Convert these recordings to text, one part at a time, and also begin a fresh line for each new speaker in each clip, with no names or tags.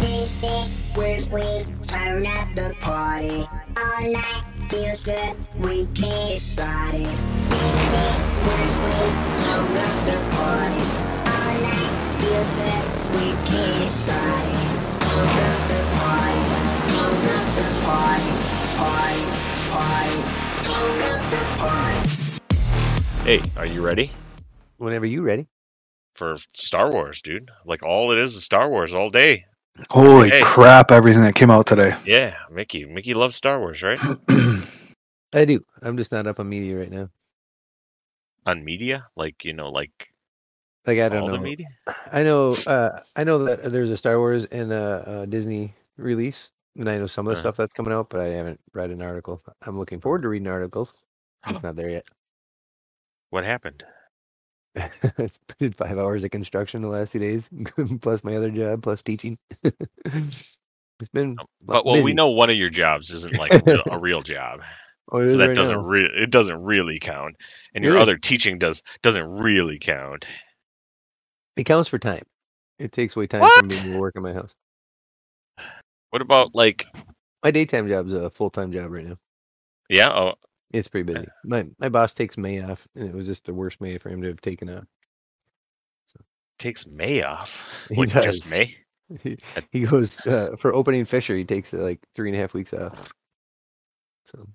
business with weed. Turn up the party all night. Feels good. We can get started. Business with weed. Turn up the party all night. Feels good. We can get started. Turn up the party. Turn up the party. Party. Party. Turn up the party.
Hey, are you ready
Whenever you ready.
for Star Wars, dude? Like all it is is Star Wars all day.
Holy
Hey.
crap! Everything that came out today.
Yeah, Mickey. Mickey loves Star Wars, right?
I do. I'm just not up on media right now.
On media, like you know, like
Like I don't
all the
know.
media.
I know. Uh, I know that there's a Star Wars and a, a Disney release, and I know some of the
Uh.
stuff that's coming out, but I haven't read an article. I'm looking forward to reading articles. It's not there yet.
What happened?
it's been five hours of construction the last two days, plus my other job, plus teaching. it's been.
Um,
bu-
But well, we
busy.
know one of your jobs isn't like a- a real job,
Oh, it
so
is
that
right
doesn't
now.
re- it doesn't really count, and your
Really?
other teaching does doesn't really count.
It counts for time. It takes away time from
What?
being to work in my house.
What about like
My daytime job's a full time job right now.
yeah? Oh,
It's pretty busy. My my boss takes May off, and it was just the worst May for him to have taken off.
takes May off.
He
like
does.
just May.
he,
That-
he goes uh, for opening Fisher. He takes uh, like three and a half weeks off. So,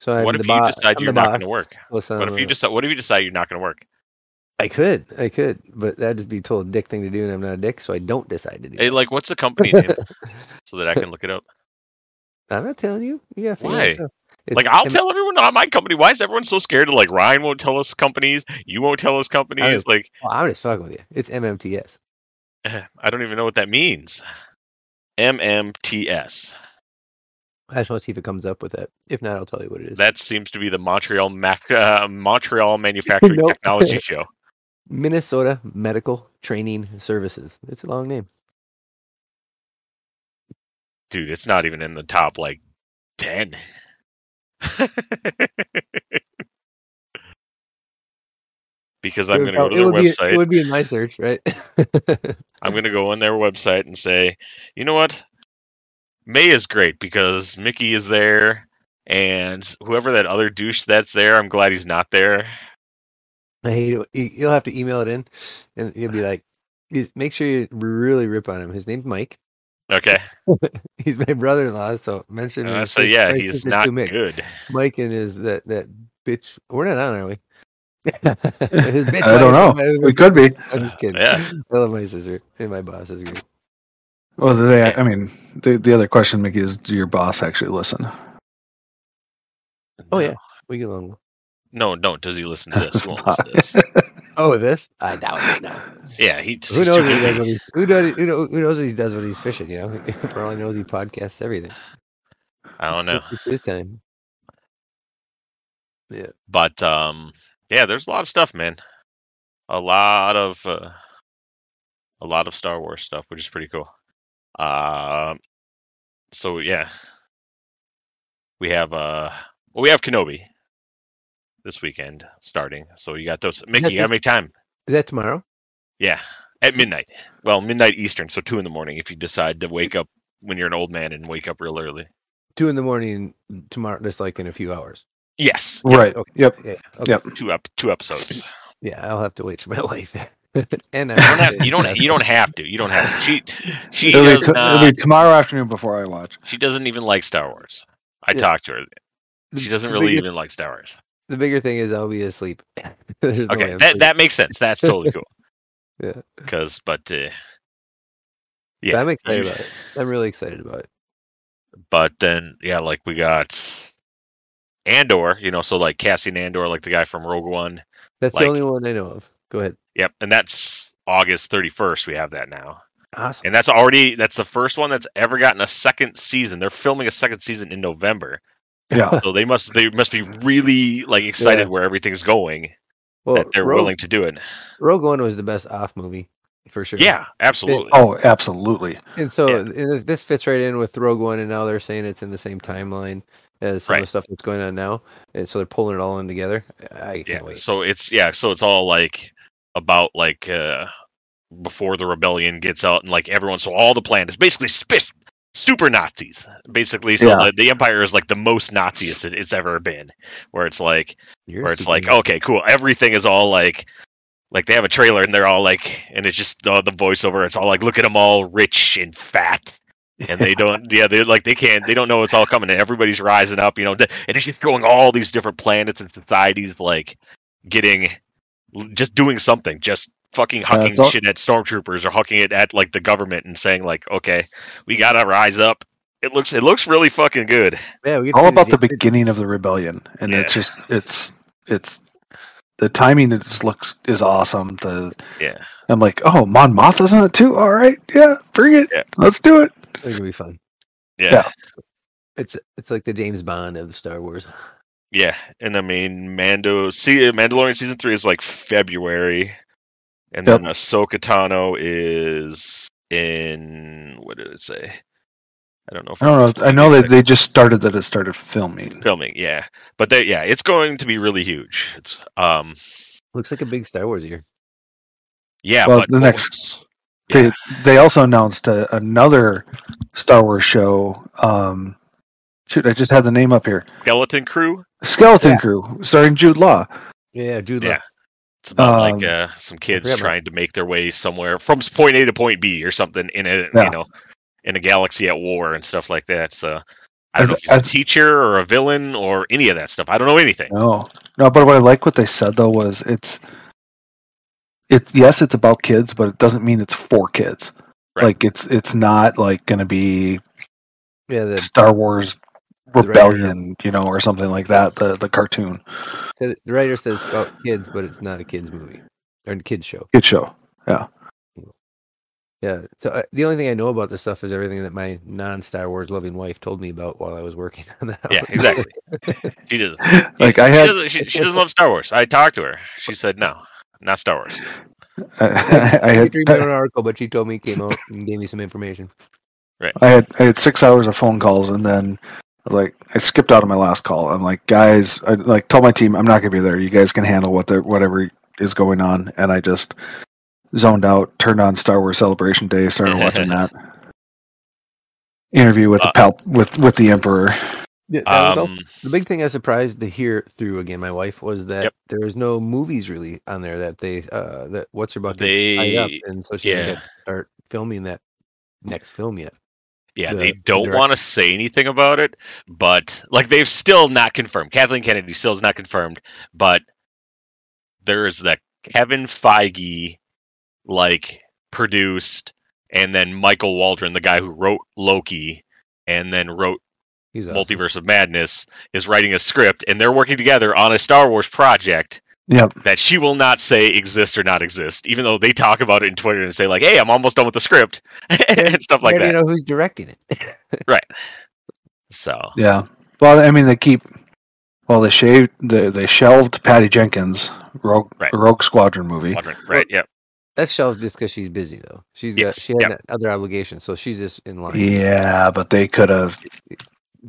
so I'm
what
the
if you
bo-
decide
I'm
you're
the
not going to
boss,
work?
plus
What
I'm
if you
a-
just what if you decide you're not going to work?
I could, I could, but that'd just be told a dick thing to do, and I'm not a dick, so I don't decide to do.
Hey,
it.
like what's the company name so that I can look it up?
I'm not telling you. Yeah,
Why?
It's,
like I'll
M-
tell everyone not my company. Why is everyone so scared? Of, like Ryan won't tell us companies. You won't tell us companies. Like
well, oh, I'm just fucking with you. It's MMTS.
eh, I don't even know what that means. MMTS.
I just want to see if it comes up with that. If not, I'll tell you what it is.
That seems to be the Montreal Mac- uh, Montreal Manufacturing
Nope.
Technology Show.
Minnesota Medical Training Services. It's a long name.
Dude, it's not even in the top like ten. because I'm
It
going
would
to go
prob-
to
it
their
would be- it would be
website.
in my search, right?
I'm going to go on their website and say, you know what? May is great because Mickey is there and whoever that other douche that's there, I'm glad he's not there.
I hate it. You- You'll have to email it in, and you'll be like, "Is- "Make sure you really rip on him." His name's Mike.
Okay.
He's my brother-in-law, so mention.
Uh,
his
so
face
yeah,
twice
he's
if you're
not
too big.
good.
Mike and his that that bitch. We're not on, are we? His bitch
I don't
wife-
We could be.
I'm just kidding.
Yeah.
I love my sister and my boss is great.
Well, do they, I mean, the, the other question, Mickey, is do your boss actually listen?
Oh
No.
yeah, we get along. well.
No, no. Does he listen to this? He won't listen to this.
Oh, this I doubt it. No.
Yeah, he, he's
Who knows?
too
What he does
busy.
when he's, who knows? Who knows? Who knows what he does when he's fishing? You know, for all he knows, he podcasts everything.
I don't
So
know.
it's His time.
But um, yeah, there's a lot of stuff, man. A lot of uh, a lot of Star Wars stuff, which is pretty cool. Uh, so yeah, we have uh, well, we have Kenobi this weekend starting. So you got those, Mickey. You
this-
gotta make time.
Is that tomorrow?
Yeah, at midnight. Well, midnight Eastern, so two in the morning. If you decide to wake up when you're an old man and wake up real early.
Two in the morning mm, tomorrow. Just like in a few hours.
Yes,
Right.
okay.
Yep.
Yeah.
two up, two episodes.
Yeah, I'll have to wait for my wife. and I
You don't have, you don't. You don't have to. You don't have to. She, she
It'll be,
does
t-
not.
it'll be tomorrow afternoon before I watch.
She doesn't even like Star Wars. I
Yeah.
talked to her.
The-
She doesn't
the
really
bigger-
even like Star Wars.
The bigger thing is I'll be asleep. There's no way
Okay,
I'm
that
sleeping.
that makes sense. That's totally cool.
Yeah.
Because, but uh,
But
yeah,
I'm excited
you-
about it. I'm really excited about it.
but then yeah, like we got Andor. You know, so like Cassian Andor, like the guy from Rogue One.
That's
Like-
the only one I know of. Go ahead.
Yep, and that's August thirty first. We have that now,
Awesome.
and that's already that's the first one that's ever gotten a second season. They're filming a second season in November.
Yeah.
so they must they must be really like excited where everything's going
Well,
that they're
Rogue,
willing to do it.
Rogue One was the best off movie for sure.
Yeah, absolutely.
oh, absolutely.
And so
Yeah.
and this fits right in with Rogue One, and now they're saying it's in the same timeline as some of the
Right.
stuff that's going on now. And so they're pulling it all in together. I can't
yeah.
wait.
So it's yeah, so it's all like about like uh before the rebellion gets out and like everyone so all the plan is basically sp- super nazis basically so
Yeah.
the, the empire is like the most naziest it, it's ever been where it's like
You're
where it's
speaking-
like oh, okay cool everything is all like like they have a trailer and they're all like and it's just the, the voiceover it's all like look at them all rich and fat and they don't yeah they're like they can't they don't know it's all coming and everybody's rising up you know and it's just going all these different planets and societies like getting just doing something just fucking hucking
it's all-
shit at stormtroopers or hucking it at like the government and saying like okay we gotta rise up it looks it looks really fucking good
yeah, we get to
all
see
about the
Jedi-
beginning of the rebellion, and
Yeah.
it's just it's it's the timing. It just looks is awesome. The
yeah
I'm like, oh, Mon Mothma's in it too. All right, yeah, bring it.
Yeah.
Let's do it.
It's gonna be fun.
yeah,
Yeah.
It's it's like the James Bond of the Star Wars.
Yeah, and I mean Mando. See, Mandalorian season three is like February, and
Yep.
then Ahsoka Tano is in what did it say? I don't know. If
I don't know. I know
that
that they just started that. It started filming.
filming. Yeah, but they, yeah, it's going to be really huge. It's um
Looks like a big Star Wars year.
yeah,
Well,
but
the next-
most-
They
Yeah.
they also announced a, another Star Wars show. Um, shoot, I just had the name up here.
skeleton crew.
Skeleton Crew, starring Jude Law.
Yeah, Jude Law.
Yeah. It's about like
Um,
uh, some kids
forgot about-
trying to make their way somewhere from s- point A to point B or something in a
Yeah.
you know in a galaxy at war and stuff like that. So I don't
I've-
know if he's a
I've-
teacher or a villain or any of that stuff. I don't know anything.
No, no. But what I like what they said though was it's it. Yes, it's about kids, but it doesn't mean it's for kids.
Right.
Like it's it's not like going to be
Yeah, the,
Star Wars
regular-
Rebellion, you know, or something like that. The the cartoon
the writer says it's about kids, but it's not a kids movie or a kids show.
kid show.
Yeah. So I, the only thing I know about this stuff is everything that my non Star Wars loving wife told me about while I was working on that.
Yeah, exactly. she doesn't.
like I
She
had
doesn't, she, she doesn't love Star Wars. I talked to her. She said no, not Star Wars.
I,
I
had
could read my own article, but she told me it came out and gave me some information.
I had I had six hours of phone calls, and then like I skipped out of my last call. I'm like, guys, I like told my team I'm not gonna be there. You guys can handle what the whatever is going on, and I just zoned out, turned on Star Wars Celebration Day, started watching that interview with the
Uh,
Pal- with with the Emperor.
Yeah, that was all.
Um,
the big thing I was surprised to hear through again, my wife, was that
Yep.
there was no movies really on there that they uh that what's your bucket tied up,
They-
and so she had
yeah.
to start filming that next film yet.
yeah,
the-
they
the
don't
director.
want to say anything about it, but like they've still not confirmed. Kathleen Kennedy still is not confirmed, but there is that Kevin Feige like produced, and then Michael Waldron, the guy who wrote Loki, and then wrote
He's awesome.
Multiverse of Madness is writing a script and they're working together on a Star Wars project
Yep.
that she will not say exists or not exist, even though they talk about it in Twitter and say like, "Hey, I'm almost done with the script," and stuff like
I don't
that.
know who's directing it.
So
Yeah. Well, I mean, they keep. Well, they shaved. They, they shelved Patty Jenkins' Rogue
Right.
Rogue Squadron movie.
Quadrant, right? Yeah,
That's shelved just because she's busy though. She's got
Yes,
she had
yep.
that other obligations, so she's just in line.
Yeah, but they could have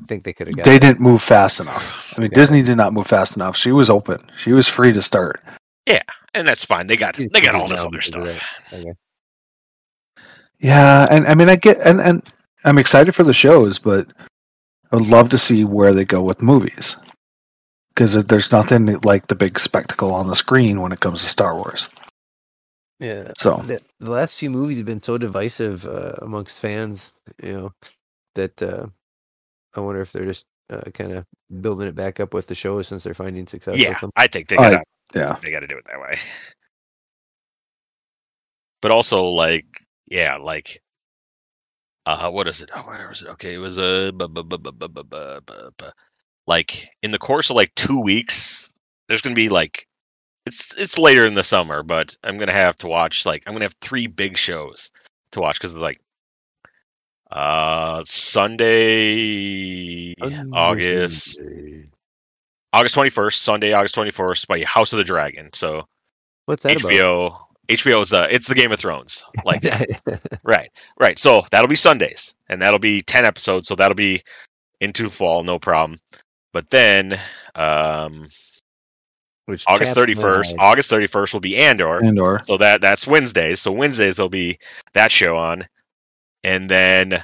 I think they could have got
they
it.
didn't move fast enough. I mean,
Yeah.
Disney did not move fast enough. She was open. She was free to start.
and that's fine. They got
She's
they got
busy
all this
now
other
because of
stuff.
Yeah, and I mean, I get and and I'm excited for the shows, but I would love to see where they go with movies because there's nothing like the big spectacle on the screen when it comes to Star Wars.
that. Yeah.
So
the, the last few movies have been so divisive uh, amongst fans, you know, that uh, I wonder if they're just uh, kind of building it back up with the show since they're finding success.
Yeah,
with them.
I think they
All
got
right. yeah,
they got to do it that way. But also, like, yeah, like, uh, what is it? Oh, where was it? Okay, it was uh, a, like, in the course of like two weeks, there's gonna be like, it's it's later in the summer, but I'm gonna have to watch like I'm gonna have three big shows to watch because like, uh, Sunday, August. August 21st, Sunday, August 21st, by House of the Dragon. So
What's that
HBO, HBO is uh, it's the Game of Thrones. Like,
about?
right, right. So that'll be Sundays, and that'll be 10 episodes. So that'll be into fall, no problem. But then, um,
Which taps
August
my
thirty first.
eye.
August thirty first will be Andor.
Andor.
So that that's Wednesdays. So Wednesdays there'll be that show on, and then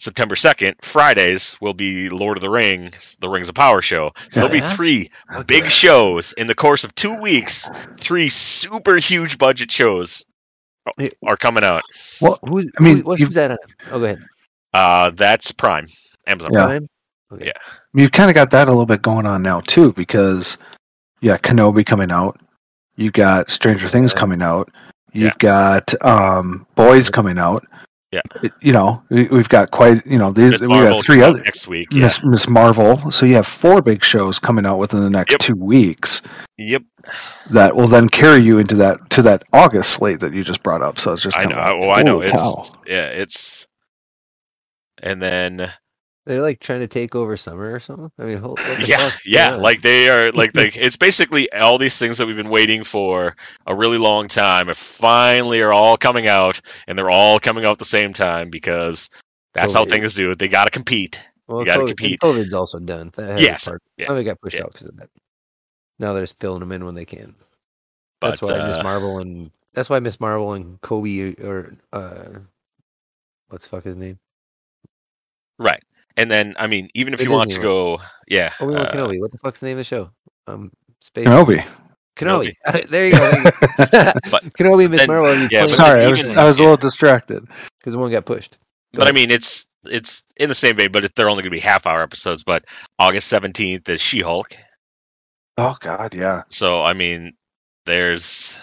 September second, Fridays will be Lord of the Rings, the Rings of Power show. So there'll
Yeah.
be three
Look at
big
that.
shows in the course of two weeks. Three super huge budget shows
Hey.
are coming out.
Who's,
I mean,
who- what's
you've-
that on? Oh, go ahead.
Uh, that's Prime, Amazon.
Yeah.
Prime? Okay.
Yeah.
You've kind of got that a little bit going on now too, because yeah, Kenobi coming out. You've got Stranger Things
Yeah.
coming out. You've
Yeah.
got um, Boys coming out.
Yeah.
It- you know, we, we've got quite. You know, these
Miss
we
Marvel
got three
comes out
other
next week. Yeah.
Miss Miss Marvel. So you have four big shows coming out within the next
Yep.
two weeks
Yep.
that will then carry you into that to that August slate that you just brought up. So it's just
I know.
kinda
I-
like,
well, I know.
holy
It's
cow.
yeah. It's and then
They're like trying to take over summer or something. I mean, hol- what the
yeah,
fuck?
yeah. Like they are like they. It's basically all these things that we've been waiting for a really long time. Are finally are all coming out, and they're all coming out at the same time because that's how
Totally.
things do. it. They got to compete.
well,
you gotta
COVID, and
compete.
COVID's also done. That has a
Yes,
part-
yeah,
I mean, it got pushed
yeah.
out because of that. Now they're just filling them in when they can.
But
that's why Miss
uh,
Marvel and that's why Miss Marvel and Kobe or uh, what's the fuck his name?
right. And then I mean, even if
The
you want to
Disney
go, yeah,
Obi Wan
uh,
Kenobi. What the fuck's the name of the show? Um, space
Kenobi.
Kenobi. there you go. There you go.
But
Kenobi and Miss
then-
Marvel.
yeah, but
Sorry, I
then
was
even-
I was a little distracted.
because one got pushed. Go
but I
ahead.
mean, it's it's in the same vein, but it, they're only going to be half hour episodes. But August seventeenth is She Hulk.
Oh God, yeah.
So I mean, there's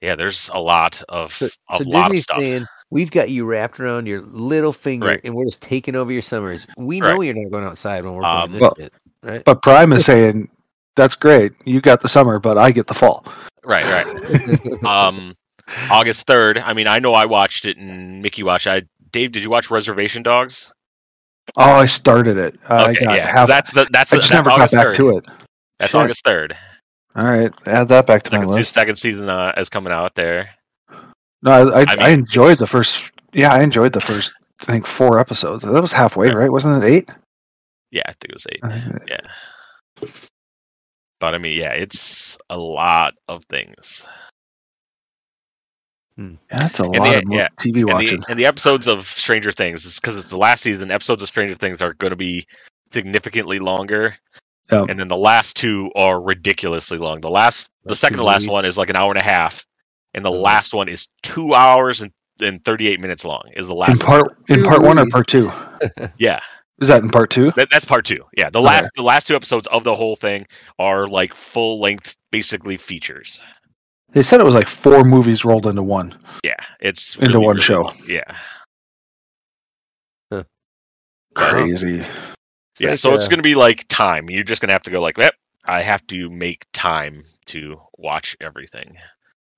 yeah, there's a lot of
So,
a
so
lot
Disney's
of stuff.
saying we've got you wrapped around your little finger,
Right.
and we're just taking over your summers. We
Right.
know you're not going outside when we're
Um,
playing this
Well-
shit, right?
But Prime is saying that's great. You got the summer, but I get the fall.
Right, right. um, August third. I mean, I know I watched it, and Mickey watched. I Dave, did you watch Reservation Dogs?
Oh, I started it. I
okay,
got
yeah.
half.
that's the that's
I
the,
just
that's
never got
August
back
3rd.
to it.
That's
Shit.
August third.
All right, add that back to my
Second, se-
list.
second season uh, is coming out there.
No, I I, I,
mean,
enjoyed
it's-
the first. Yeah, I enjoyed the first. I think four episodes. That was halfway,
Right.
right? Wasn't it eight?
Yeah, I think it was eight.
Uh,
Yeah. But I mean, yeah, it's a lot of things.
That's a
the-
lot of mo-
yeah.
TV
and the,
watching.
and the episodes of Stranger Things, because it's the last season, episodes of Stranger Things are going to be significantly longer.
Yeah.
And then the last two are ridiculously long. The last, the
Last
second
two
to last
movies.
one is like an hour and a half, and the
Uh-huh.
Mhm.
last one is two hours and, and thirty eight minutes long. Is the
in
last? one.
part in
Two
part one or
movies.
part two?
Yeah,
Is that in part two?
that, that's part two. Yeah, the last the last two episodes of the whole thing are like full length, basically features.
They said it was like four movies rolled into one.
Yeah, it's
Into one show.
long. Yeah,
Crazy.
It's
yeah.
like,
so it's
uh,
going to be like time. You're just going to have to go like, yep, I have to make time to watch everything,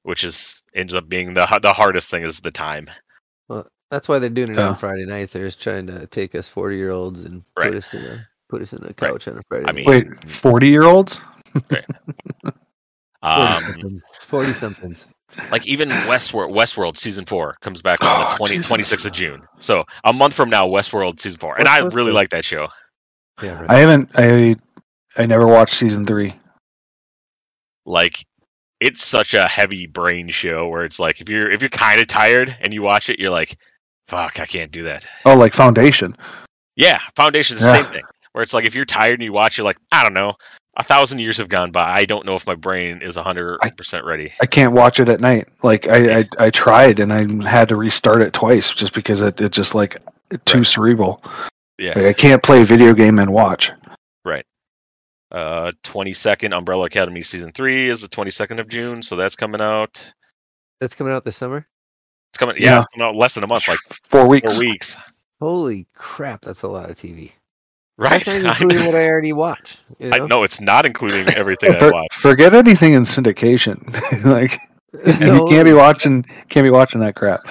which is ends up being the h- the hardest thing is the time.
That's why they're doing it
Yeah.
on Friday nights. They're just trying to take us forty year olds and
Right.
put us in a put us in a couch on a Friday.
I mean,
Wait, forty year olds?
Um,
forty somethings.
like even Westworld, Westworld season four comes back on
Oh,
the 20,
Jesus.
26th of June. So a month from now, Westworld season four, and I
Westworld's
really
good.
like that show.
Yeah, right.
I haven't. I I never watched season three.
Like it's such a heavy brain show where it's like if you're if you're kind of tired and you watch it, you're like, fuck, I can't do that.
Oh, like Foundation.
Yeah, Foundation's the
Yeah.
same thing. Where it's like if you're tired and you watch, you're like, I don't know, a thousand years have gone by. I don't know if my brain is hundred percent ready.
I can't watch it at night. Like I, I, I tried and I had to restart it twice just because it, it just like too
Right.
cerebral. Like
Yeah.
I can't play a video game and watch.
Uh, twenty second Umbrella Academy season three is the twenty second of June, so that's coming out.
That's coming out this summer.
It's coming. Yeah,
Yeah.
it's coming out less than a month, like
Four weeks.
four weeks.
Holy crap! That's a lot of TV.
Right?
That's not even
I
including
know.
what I already watch. You
I-
know?
no, it's not including everything I
For-
watch.
forget anything in syndication. like you
No,
can't be watching can't be watching that crap.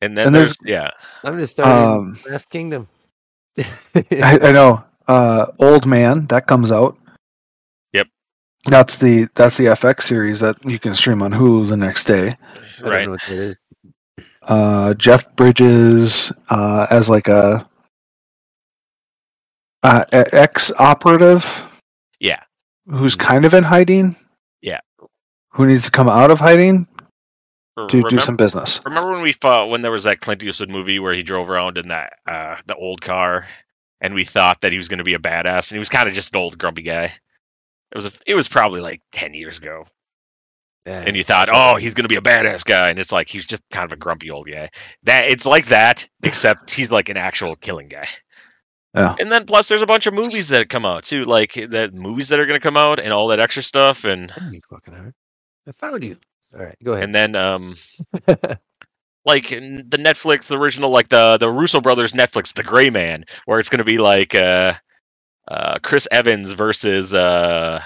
And then
And
there's,
there's-
yeah,
I'm just starting
Um,
Last Kingdom.
I, I know. Uh, Old Man that comes out.
Yep.
That's the that's the FX series that you can stream on Hulu the next day.
I don't
right.
know what that is.
uh, Jeff Bridges uh, as like a uh, ex operative
Yeah.
who's kind of in hiding.
Mm-hmm. Yeah.
Who needs to come out of hiding
R-
to do
remember- Uh,
some business?
Remember when we thought when there was that Clint Eastwood movie where he drove around in that uh, the old car, and we thought that he was going to be a badass, and he was kind of just an old grumpy guy. It was a, it was probably like ten years ago, and you thought, oh, he's going to be a badass guy, and it's like he's just kind of a grumpy old guy. That it's like that, except he's like an actual killing guy.
Yeah.
And then plus, there's a bunch of movies that come out too, like the movies that are going to come out and all that extra stuff, and
You fucking hard. I found you. All right, go ahead.
and then um like in the Netflix original, like the the Russo brothers Netflix, The Gray Man, where it's going to be like uh, uh, Chris Evans versus uh,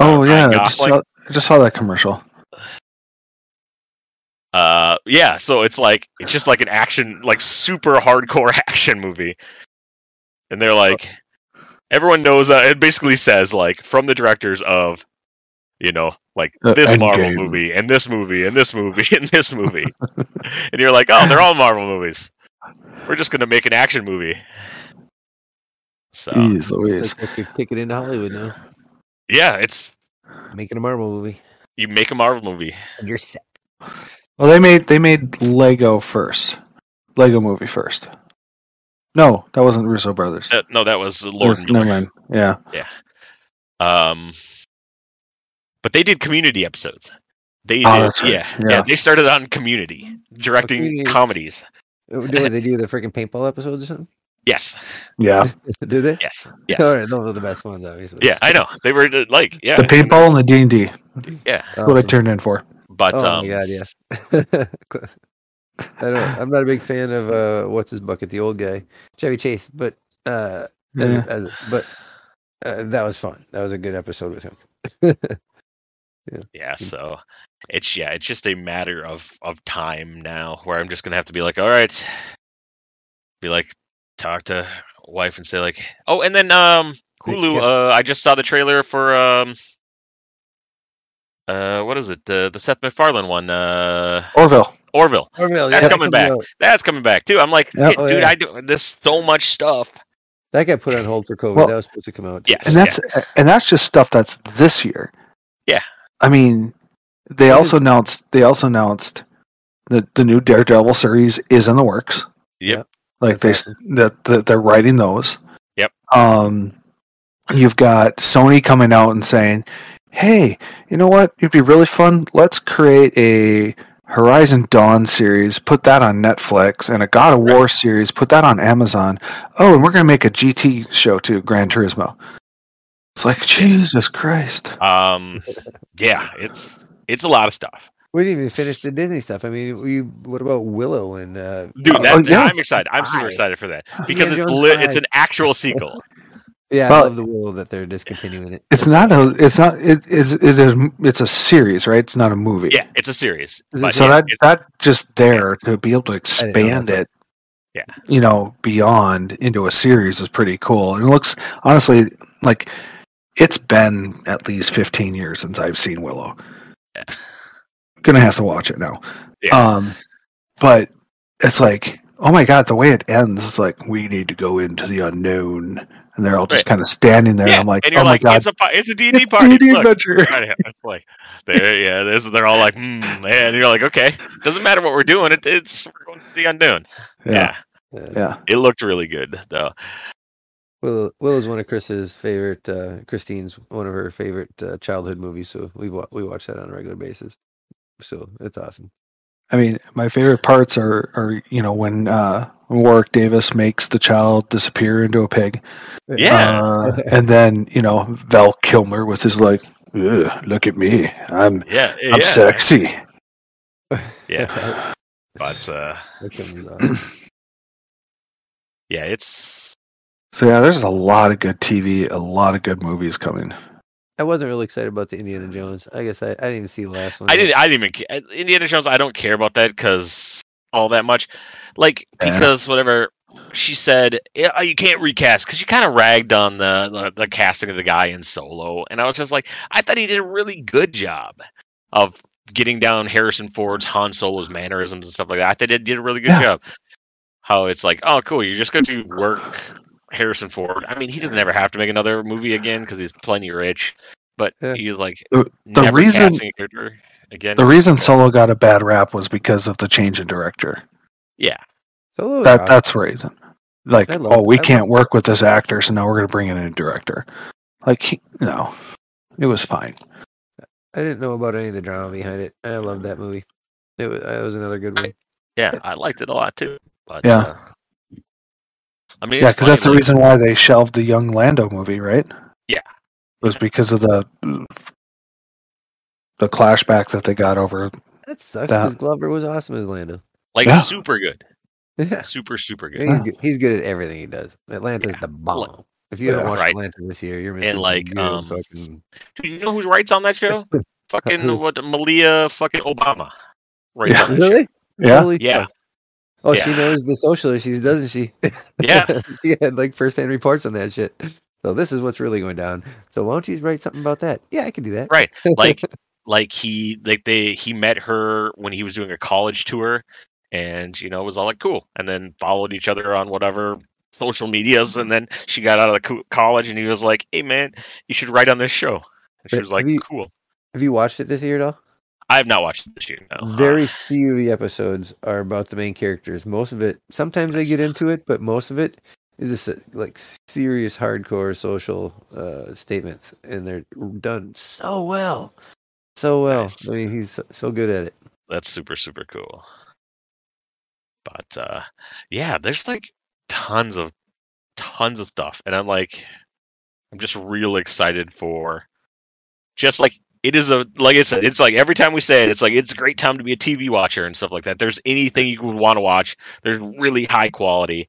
Oh
Ryan
yeah, I just,
Gosling.
saw, I just saw that commercial.
uh, yeah. So it's like it's just like an action, like super hardcore action movie, and they're like everyone knows. Uh, it basically says like from the directors of. You know, like
Uh,
this Marvel
Endgame.
movie and this movie and this movie and this movie. and you're like, oh, they're all Marvel movies. We're just going to make an action movie. So,
Jeez Louise.
It's like your ticket into Hollywood now.
yeah, it's
Making a Marvel movie.
you make a Marvel movie.
You're set.
Well, they made they made Lego first, Lego Movie first. No, that wasn't Russo Brothers.
Uh, no, that was
That
Lord
was-
Miller.
never mind. Yeah.
Um, but they did community episodes. They
Oh,
did-
that's right.
yeah, yeah,
Yeah.
They started on Community, directing
Community.
comedies.
Do what, they do the freaking paintball episodes or something?
Yes,
Yeah.
do they?
yes, yes.
All right, those are the best ones, obviously.
Yeah, I know. They were uh, like, yeah,
The paintball and the D and D.
yeah.
That's what I
Awesome.
turned in for.
But
oh
um,
my god, yeah. I don't. I'm not a big fan of uh, what's his bucket, the old guy, Chevy Chase, but uh, as-
Yeah.
as- but uh, that was fun. That was a good episode with him.
yeah so it's yeah it's just a matter of of time now where i'm just gonna have to be like all right be like talk to wife and say like oh and then um
Yeah.
hulu uh i just saw the trailer for um uh what is it the the seth mcfarlane one uh
Orville.
orville
Orville,
That's
yeah,
coming
that
back.
out-
that's coming back too i'm like
Yeah.
"Hey,
Oh,
dude
yeah.
i do this so much stuff
That got put on hold for COVID.
Well-
that was supposed to come out.
yes
and that's and that's just stuff that's this year.
Yeah.
I mean, they
It
also announced they also announced that the new Daredevil series is in the works.
Yep.
Like
That's
they that, that they're writing those.
Yep.
Um, you've got Sony coming out and saying, "Hey, you know what? It'd be really fun. Let's create a." Horizon Dawn series, put that on Netflix, and a God of War series, put that on Amazon. Oh, and we're going to make a GT show too, Gran Turismo. It's like Jesus Christ.
um yeah it's it's a lot of stuff
We didn't even finish the Disney stuff. I mean, we. What about Willow and uh,
dude
Oh,
that,
yeah. Oh,
i'm excited i'm super
Five.
excited for that because
Indiana
it's
Jones
li- it's
five.
an actual sequel
yeah? I
Well-
love the Willow that they're discontinuing it.
It's not a. It's not. It is. It is. It's a series, right? It's not a movie.
Yeah, it's a series.
Is it
But
So
yeah,
that
it's-
that just there to be able to
didn't know that,
expand
but-
it.
Yeah.
You know, beyond into a series is pretty cool, and it looks honestly like it's been at least fifteen years since I've seen Willow.
Yeah.
Gonna have to watch it now.
Yeah.
Um, but it's like, oh my god, the way it ends, it's like we need to go into the unknown, and they're all just
Right.
kind of standing there.
yeah,
and I'm like,
and
oh
you're
my
like,
god,
it's a pa- it's a D and D
It's
party.
D&D
look.
adventure.
Right, yeah, it's like, they're, yeah, there's, they're all like, mm, and you're like, okay, doesn't matter what we're doing. It, it's we're going to the unknown. Yeah.
Uh,
yeah.
it looked really good though.
Willow, Willow's one of Chris's favorite. Uh, Christine's one of her favorite uh, childhood movies, so we wa- we watch that on a regular basis. So it's awesome.
I mean, my favorite parts are, are you know, when uh, Warwick Davis makes the child disappear into a pig,
Yeah.
uh, and then you know Val Kilmer with his like, "Ugh, look at me, I'm
Yeah, yeah,
I'm sexy.
yeah. But uh,
uh, That comes awesome.
yeah, it's
So yeah, there's a lot of good TV, a lot of good movies coming.
I wasn't really excited about the Indiana Jones. I guess I, I didn't even see the last one.
I didn't I didn't even ca- I- Indiana Jones. I don't care about that because all that much, like
Yeah.
because whatever she said, yeah, oh, you can't recast because you kind of ragged on the, the the casting of the guy in Solo, and I was just like, I thought he did a really good job of getting down Harrison Ford's Han Solo's mannerisms and stuff like that. I thought they did a really good
Yeah.
job. How it's like, oh, cool, you're just going to work Harrison Ford. I mean, he doesn't ever have to make another movie again because he's plenty rich. but
Yeah.
he's like
The- the
never
reason-
casting a character again.
The reason Solo got a bad rap was because of the change in director.
yeah,
Solo
That
rock.
that's the reason. Like,
I
oh,
Oh, loved-
we
I
can't work with this actor, so now we're going to bring in a new director. Like, he, no, it was fine.
I didn't know about any of the drama behind it. I loved that movie. It was, that was another good
I-
one.
yeah, I liked it a lot too. But
Yeah.
uh, I mean,
yeah,
it's
because that's the
funny, like,
reason why they shelved the Young Lando movie, right?
Yeah.
it was because of the the clashback that they got over.
That sucks
That-
because Glover was awesome as Lando.
Like
Yeah.
super good,
Yeah,
super super good.
he's, good, he's good at everything he does. Atlanta's
Yeah.
the
Well,
bomb. If you haven't
yeah,
watched
right.
Atlanta this year, you're missing some
like,
good
um,
fucking-
Dude, you know who writes on that show?
Who?
fucking what Malia fucking Obama writes
Yeah.
on that show.
really?
Yeah,
Holy
Yeah.
fuck. Oh, she
Yeah.
knows the social issues, doesn't she?
Yeah.
she had like first-hand reports on that shit. So this is what's really going down. So why don't you write something about that? Yeah, I can do that.
Right. like like he like they he met her when he was doing a college tour and you know it was all like cool and then followed each other on whatever social medias and then she got out of the co- college and he was like hey man you should write on this show and she
But
was like
have you-
cool
Have you watched it this year at all?
i have not watched this year no
Very few of the episodes are about the main characters. Most of it, sometimes they get into it, but most of it is this uh, like serious hardcore social uh, statements, and they're done so well, so well.
Nice.
I mean, he's so- so good at it.
that's super super cool but uh yeah there's like tons of tons of stuff and i'm like i'm just real excited for just like it is a like i said it's like every time we say it it's like it's a great time to be a tv watcher and stuff like that there's anything you would want to watch there's really high quality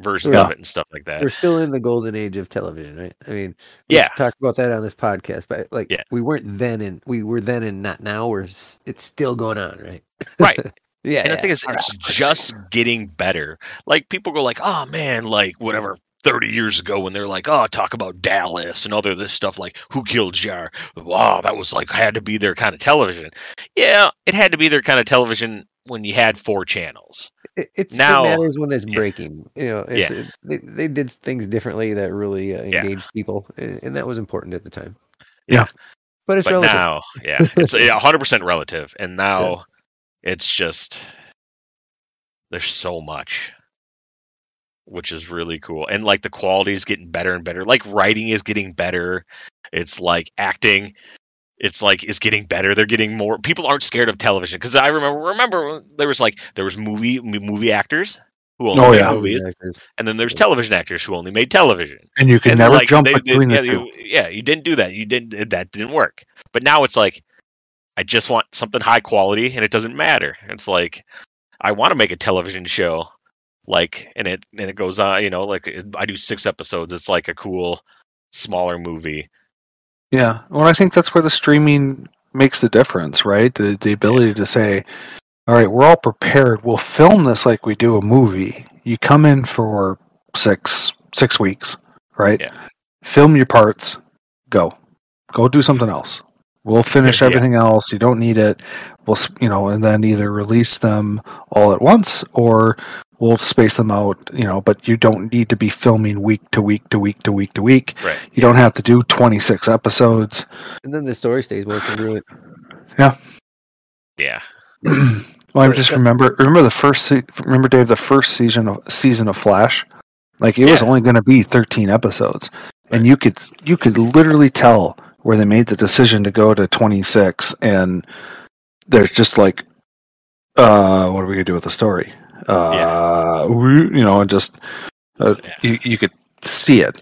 versions of
Yeah.
it and stuff like that
We're still in the golden age of television, right? I mean,
yeah
talked about that on this podcast, but like,
Yeah.
we weren't then, and we were then, and not now. We're s- it's still going on, right?
right
Yeah,
and the
yeah.
thing is it's just getting better like people go like oh man like whatever 30 years ago when they're like oh talk about dallas and other this stuff like who killed jar wow that was like had to be their kind of television yeah it had to be their kind of television when you had four channels
it, it's
Now-
it matters when it's
yeah.
breaking. You know, it's, it, they, they did things differently that really uh,
Yeah.
engaged people, and, and that was important at the time.
Yeah.
but it's
but
relative.
now yeah it's yeah, 100% relative and now it's just there's so much which is really cool and like the quality is getting better and better like writing is getting better it's like acting it's like is getting better they're getting more people aren't scared of television because i remember remember when there was like there was movie m- movie actors who only
Oh,
made
yeah.
movies
Actors.
and then there's television actors who only made television
and you can
and,
never
like,
jump
they- they-
between
yeah,
the two.
you, yeah, you didn't do that. You didn't. That didn't work. But now it's like, I just want something high quality, and it doesn't matter. It's like, I want to make a television show, like, and it and it goes on. You know, like it- I do six episodes. It's like a cool, smaller movie.
Yeah. Well, I think that's where the streaming makes the difference, right? The, the ability to say, all right, we're all prepared. We'll film this like we do a movie. You come in for six six weeks, right?
Yeah.
Film your parts. Go. Go do something else. We'll finish
Yeah.
everything else. You don't need it. We'll, s- you know, and then either release them all at once or we'll space them out, you know, but you don't need to be filming week to week to week to week to week.
Right.
You don't have to do 26 episodes.
and then the story stays more congruent.
Yeah.
well, I just remember remember the first se- remember Dave the first season of season of Flash. Like it was
Yeah.
only going to be 13 episodes, and
Right.
you could you could literally tell where they made the decision to go to 26, and there's just like, uh, what are we gonna do with the story? Uh, we- you know, and just uh, you you could see it.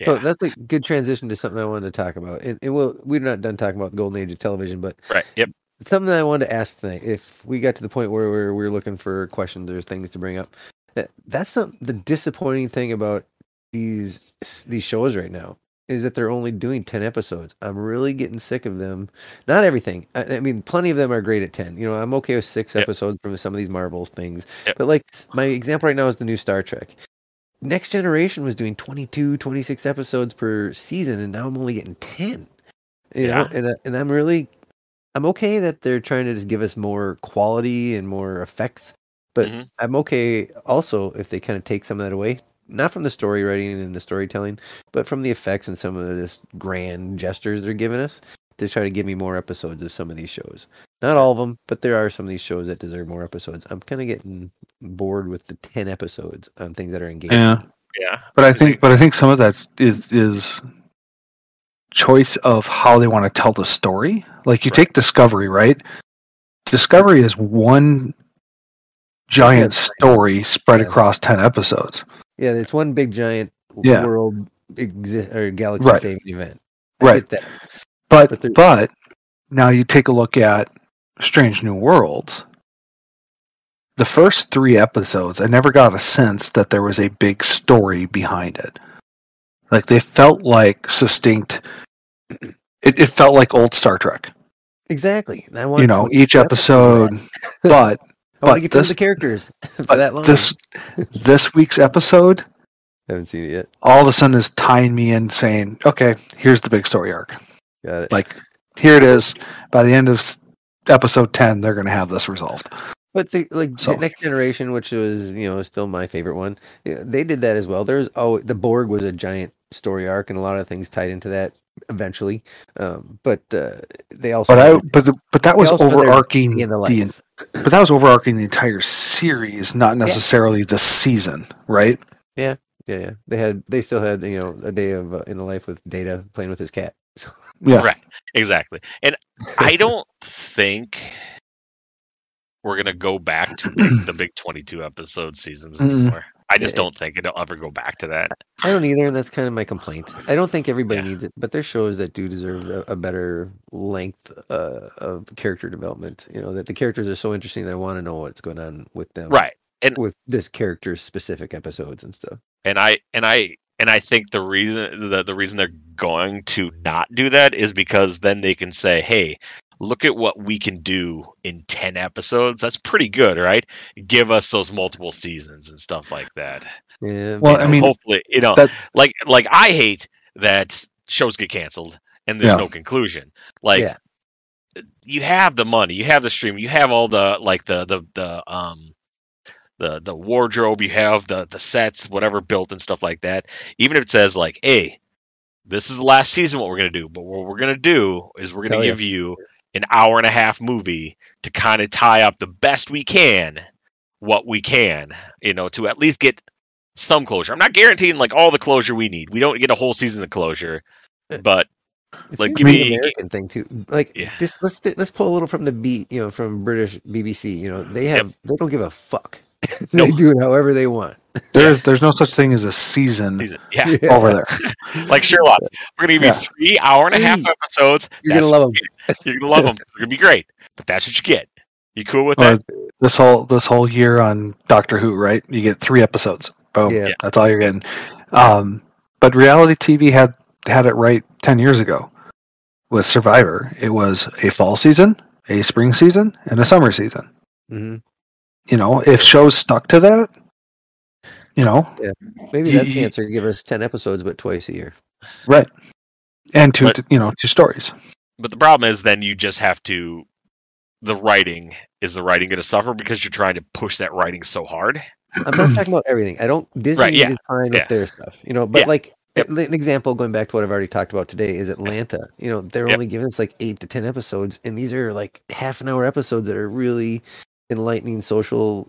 Yeah.
So that's a good transition to something I wanted to talk about. And, and well, we're not done talking about the golden age of television, but
right. Yep.
something I wanted to ask tonight. If we got to the point where we're, we're looking for questions or things to bring up, that, that's some, the disappointing thing about these these shows right now is that they're only doing ten episodes. I'm really getting sick of them. Not everything. I, I mean, plenty of them are great at ten. You know, I'm okay with six
Yep.
episodes from some of these Marvel things.
Yep.
But like s- my example right now is the new Star Trek. Next Generation was doing 22, 26 episodes per season, and now I'm only getting 10. You know,
Yeah.
and, I- and I'm really, I'm okay that they're trying to just give us more quality and more effects, but
Mhm.
I'm okay also if they kind of take some of that away not from the story writing and the storytelling, but from the effects and some of this grand gestures they're giving us to try to give me more episodes of some of these shows. Not all of them, but there are some of these shows that deserve more episodes. I'm kind of getting bored with the 10 episodes on things that are engaging.
Yeah,
Yeah.
but I think but I think some of that is is choice of how they want to tell the story. Like you
Right.
take Discovery, right? Discovery is one giant
Yeah.
story spread
Yeah.
across ten episodes.
Yeah, it's one big giant
Yeah.
world exi- or galaxy
Right.
saving event.
Right.
get that.
But
But
but,
there-
now you take a look at Strange New Worlds. The first three episodes, I never got a sense that there was a big story behind it. Like they felt like succinct. It, it felt like old Star Trek.
Exactly. And I want
You know,
to-
each episode. But
I want to
but
get to know
this-
the characters for that
but
long.
this this week's episode,
I haven't seen it yet.
all of a sudden, is tying me in, saying, "Okay, here's the big story arc."
Got it.
Like here it is. By the end of s- episode ten, they're going to have this resolved.
But the like
So-
next generation, which was you know still my favorite one, yeah, they did that as well. There's oh the Borg was a giant story arc, and a lot of things tied into that eventually. Um, but uh, they also
But I
had
but the, but that
They
was
also had their
overarching
day
the,
in the life.
but that was overarching the entire series, not necessarily the season, right?
yeah, yeah, they had they still had you know a day of uh, in the life with Data playing with his cat. So
Yeah,
Right. Exactly. And I don't think we're gonna go back to like, the big twenty-two episode seasons
Mm-mm.
anymore. I just
Yeah.
don't think it'll ever go back to that.
I don't either, and that's kind of my complaint. I don't think everybody
Yeah.
needs it, but there's shows that do deserve a, a better length uh, of character development. You know that the characters are so interesting that I want to know what's going on with them.
Right.
with this character's specific episodes and stuff.
and I and I and I think the reason the, the reason they're going to not do that is because then they can say, "Hey, look at what we can do in 10 episodes. That's pretty good, right? Give us those multiple seasons and stuff like that."
Yeah.
Well,
but
I mean,
hopefully, you know,
that-
like like I hate that shows get canceled and there's
Yeah.
no conclusion. Like
Yeah.
you have the money, you have the stream, you have all the like the the the um the the wardrobe, you have the the sets, whatever built and stuff like that. Even if it says like, "Hey, this is the last season what we're going to do, but what we're going to do is we're going
Tell
to
ya.
give you an hour and a half movie to kind of tie up the best we can what we can, you know, to at least get some closure. I'm not guaranteeing like all the closure we need. We don't get a whole season of closure,
Uh,
but
it
like,
seems
give
be an
me- e
American thing too. Like
Yeah.
this, let's th- let's pull a little from the beat, you know, from British BBC. You know, they
Yep.
have they don't give a fuck. they
Nope.
do it however they want.
there's there's no such thing as a season
season- yeah,
Yeah.
over there.
like Sherlock, we're gonna give
Yeah.
you three hour and a half
Three.
episodes.
You're gonna
That's
love them.
what Oh, you get. You're gonna love them. They're gonna be great, but that's what you get. You cool with
Or
Uh,
that?
this whole this whole year on Doctor Who, right? You get three episodes. Boom.
Yeah.
That's all you're getting. Um, but reality TV had had it right ten years ago with Survivor. It was a fall season, a spring season, and a summer season.
hmm
you know, if shows stuck to that, you know,
Maybe
You-
that's the
you-
answer. Give us ten episodes, but twice a year.
and two,
But-
you know, two stories.
But the problem is, then you just have to. The writing is the writing going to suffer because you're trying to push that writing so hard.
I'm not talking about everything. I don't Disney
yeah,
is fine
yeah.
with their stuff, you know. But
Yeah,
like
yep.
an example, going back to what I've already talked about today, is Atlanta. You know, they're
Yep.
only giving us like eight to ten episodes, and these are like half an hour episodes that are really enlightening social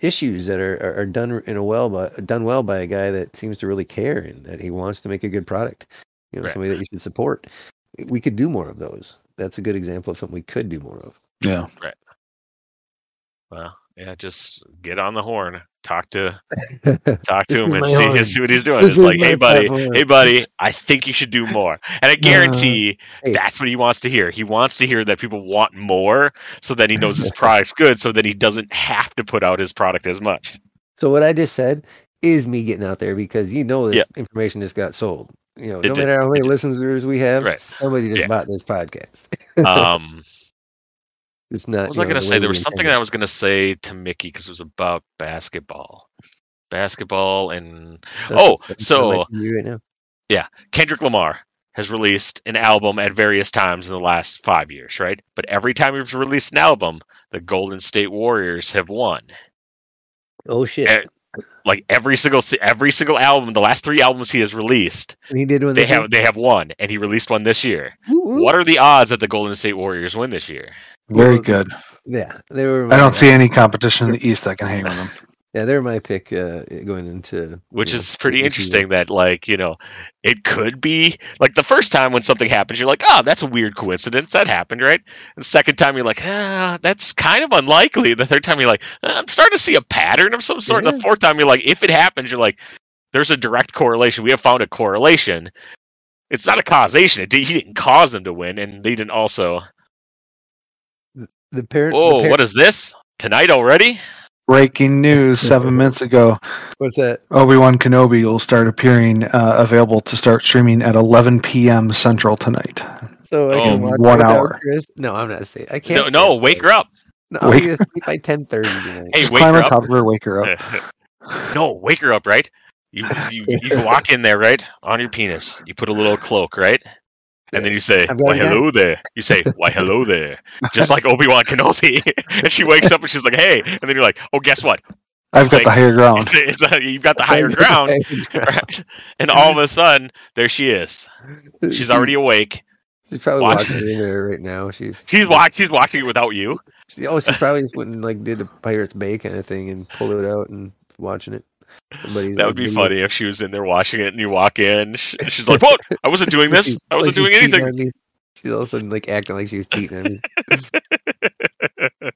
issues that are are, are done in a well by done well by a guy that seems to really care and that he wants to make a good product. You know,
Right.
somebody that you should support. We could do more of those. That's a good example of something we could do more of.
Yeah.
Well, yeah, just get on the horn, talk to talk to
This
him
is
and
my
see,
horn.
see what he's doing.
This
it's
is
like,
my
hey, buddy,
platform."
hey, buddy, I think you should do more. And I guarantee
hey.
that's what he wants to hear. He wants to hear that people want more so that he knows his product's good so that he doesn't have to put out his product as much.
So what I just said is me getting out there because you know this
Yeah.
information just got sold. You know,
It
no
did.
matter how
It
many
did.
listeners we have,
Right.
somebody just
Yeah.
bought this podcast.
Um,
It's not.
what was
you
I
know,
going to
the
say?
way
There
we
was something
intended.
I was going to say to Mickey because it was about basketball. Basketball and
That's
oh,
what's happening on
so
my TV right now.
Kendrick Lamar has released an album at various times in the last five years, right? But every time he's released an album, the Golden State Warriors have won.
Oh shit!
Eh, like every single se- every single album, the last three albums he has released,
And he did one.
they
this
have
week.
they have one, and he released one this year.
Ooh, ooh.
What are the odds that the Golden State Warriors win this year?
Very
Well,
good.
Yeah, they were.
I
my-
don't see any competition in the East that can hang with them.
Yeah, they're my pick uh, going into
Which
yeah,
is
this
pretty
season.
interesting. That like you know, it could be like the first time when something happens, you're like, oh, that's a weird coincidence that happened, right? And second time you're like, ah, that's kind of unlikely. The third time you're like, "Ah, I'm starting to see a pattern of some sort. And
Yeah.
the fourth time you're like, if it happens, you're like, there's a direct correlation. We have found a correlation. It's not a causation. It did, he didn't cause them to win, and they didn't also.
the parent.
Whoa, what is this tonight already?
Breaking news seven minutes ago
what's that?
Obi Wan Kenobi will start appearing, uh, available to start streaming at 11 p.m. Central tonight.
So I
Oh,
can watch
one
without
hour.
Chris? No, I'm not saying. I can't.
No,
say
no,
it.
wake her up.
No, I'll
Wake-
be asleep by ten thirty tonight.
Hey,
Just
wake
climb
her
on
up.
top of her, wake her up.
no, wake her up, right? You, you you walk in there, right? On your penis. You put a little cloak, right? And then you say,
I've got
Why
a gun."
hello there. You say, Why hello there. Just like Obi Wan Kenobi. and she wakes up and she's like, Hey. And then you're like, Oh, guess what?
I've got the higher
Oh.
ground.
It's- it's- you've got the higher ground. right? And all of a sudden, there she is. She's already awake.
She's probably
watch-
watching in there right now. She,
She's watch she's watching it without you.
She, oh, she probably just went and like did a Pirates Bay kind of thing and pulled it out and watching it. Somebody's,
That
like,
would be
video-
funny if she was in there watching it and you walk in. sh- She's like, What? I wasn't doing this.
She's-
I wasn't
like,
doing
she's cheating
anything.
on me. She's all of a sudden like acting like she was cheating on me.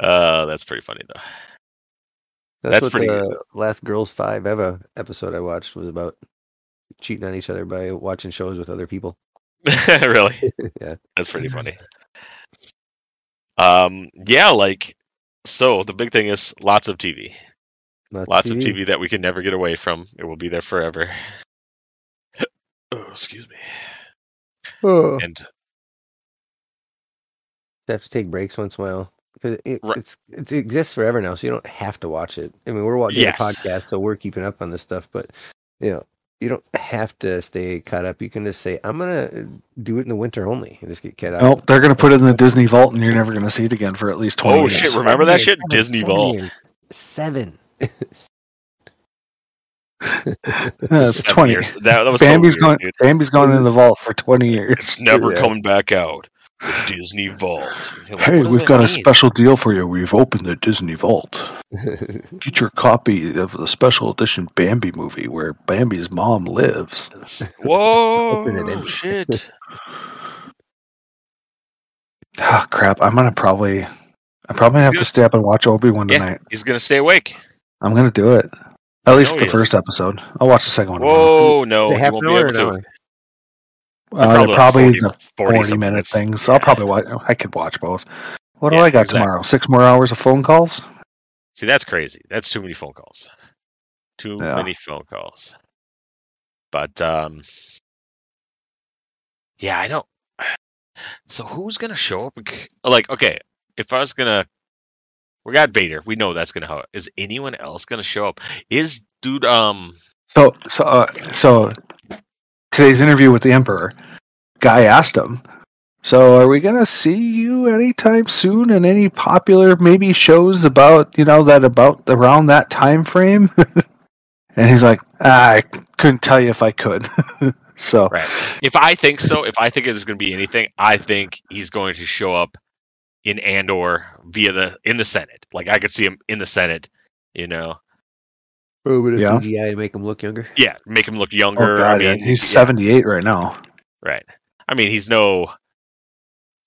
uh, that's pretty funny, though.
That's,
That's
what
pretty
the
good.
last Girls Five Ever episode I watched was about cheating on each other by watching shows with other people.
really?
Yeah.
That's pretty funny. Um, yeah, like so the big thing is lots of TV.
Lots,
Lots of TV that we can never get away from. It will be there forever. oh, excuse me.
Oh.
And
have to take breaks once in a while because it,
Right.
it's it exists forever now, so you don't have to watch it. I mean, we're watching
Yes.
a podcast, so we're keeping up on this stuff, but you know, you don't have to stay caught up. You can just say, "I'm gonna uh, do it in the winter only," and just get caught up.
Nope, they're going to put it in the Disney Vault, and you're never going to see it again for at least 20
oh
years.
shit, remember that
Seven
shit?
years, seven,
Disney
seven
Vault.
years. Seven.
Yeah, Uh, it's
Seven
20
years. That, that was so
Bambi's
weird,
going.
dude.
Bambi's going in the vault for 20 years.
It's never
Yeah.
coming back out. The Disney Vault. You're like,
Hey,
what does
we've
that
got a
mean?
special deal for you. We've opened the Disney Vault. Get your copy of the special edition Bambi movie where Bambi's mom lives.
Open it
Whoa,
in.
shit.
Ah, crap. I'm gonna probably. I'm probably gonna have to
Just-
stay up and watch Obi Wan
Yeah.
tonight.
He's gonna stay awake.
I'm gonna do it. At least
know
the
he is.
first episode. I'll watch the second one. tomorrow.
Whoa, no,
They
he
half
oh, won't
an
be
hour
able
or an
to.
hour?
Uh, they're
like
Oh, probably
40
in the
40
40
something
minute
minutes.
thing, so I'll probably watch. I could watch both. What do
Yeah,
I got
exactly.
tomorrow? Six more hours of phone calls.
See, that's crazy. That's too many phone calls. Too
Yeah.
many phone calls. But um Yeah, I don't So who's going to show up and c- like okay, if I was going to we got Vader. We know that's going to help. Is anyone else going to show up? Is dude um
So, so, uh, so today's interview with the emperor, guy asked him, "So, are we gonna see you anytime soon in any popular maybe shows about you know that about around that time frame?" and he's like, ah, "I couldn't tell you if I could." so,
Right. if I think so, if I think there's going to be anything, I think he's going to show up in Andor via the in the Senate. Like I could see him in the Senate, you know.
A little bit of
Yeah.
CGI to make him look younger.
Yeah, make him look
oh
younger.
God,
I mean,
he's
yeah.
seventy-eight right now.
Right. I mean, he's no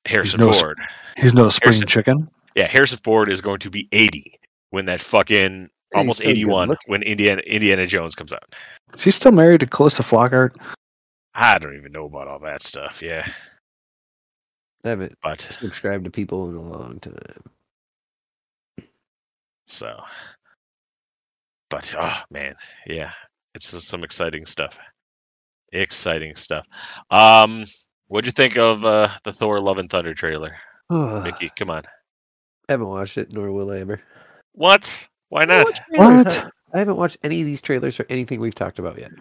Harrison
no sp-
Ford.
He's no spring
Harrison-
chicken.
yeah, Harrison Ford is going to be 80 when that fucking
Hey,
almost
so good
81
looking.
when Indiana Indiana Jones comes out.
She's still married to Calista Flockhart.
I don't even know about all that stuff. Yeah,
I haven't
but
subscribed to people in a long time.
so, but oh man, yeah, it's just some exciting stuff. Exciting stuff. Um, what'd you think of uh, the Thor Love and Thunder trailer,
I
Mickey? Come on.
haven't watched it, nor will I ever.
What? Why
I
not?
watch trailers,
What?
huh? I haven't watched any of these trailers or anything we've talked about yet.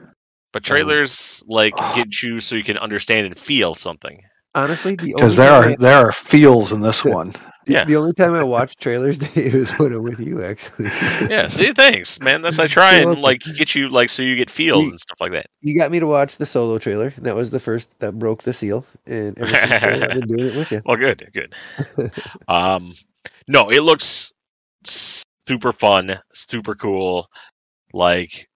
But trailers like get you so you can understand and feel something. Oh,
Honestly, the only
Because there
thing
are
I-
there are feels in this one.
The,
Yeah.
the only time I watched trailers, Dave, is when I'm with you, actually.
Yeah, see, thanks, man. That's I try
You're
and like get you like so you get feels
Ye-
and stuff like that.
You got me to watch the solo trailer. That was the first that broke the seal, and ever since then, I've been doing it with you.
Well, good, good. um, no, it looks super fun, super cool. Like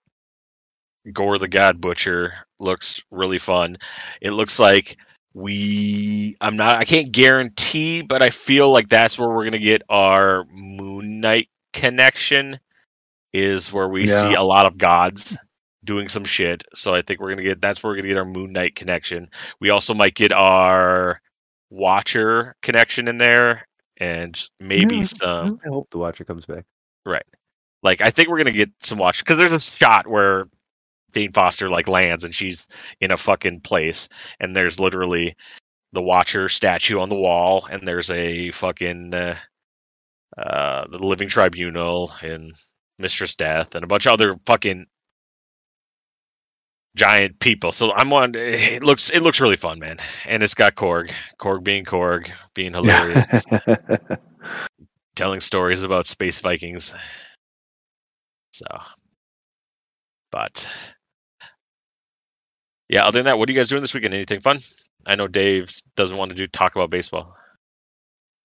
Gore the God Butcher looks really fun. It looks like we I'm not I can't guarantee, but I feel like that's where we're gonna get our Moon Knight connection. Is where we see a lot of gods doing some shit. So I think we're gonna get that's where we're gonna get our Moon Knight connection. We also might get our Watcher connection in there, and maybe
Yeah.
some
I hope the Watcher comes back.
like I think we're gonna get some watch because there's a shot where Jane Foster like lands and she's in a fucking place and there's literally the Watcher statue on the wall and there's a fucking uh, uh, the Living Tribunal and Mistress Death and a bunch of other fucking giant people. So I'm on. It looks it looks really fun, man, and it's got Korg, Korg being Korg, being hilarious, telling stories about space Vikings. So, but yeah, other than that, what are you guys doing this weekend? Anything fun? I know Dave doesn't want to do talk about baseball.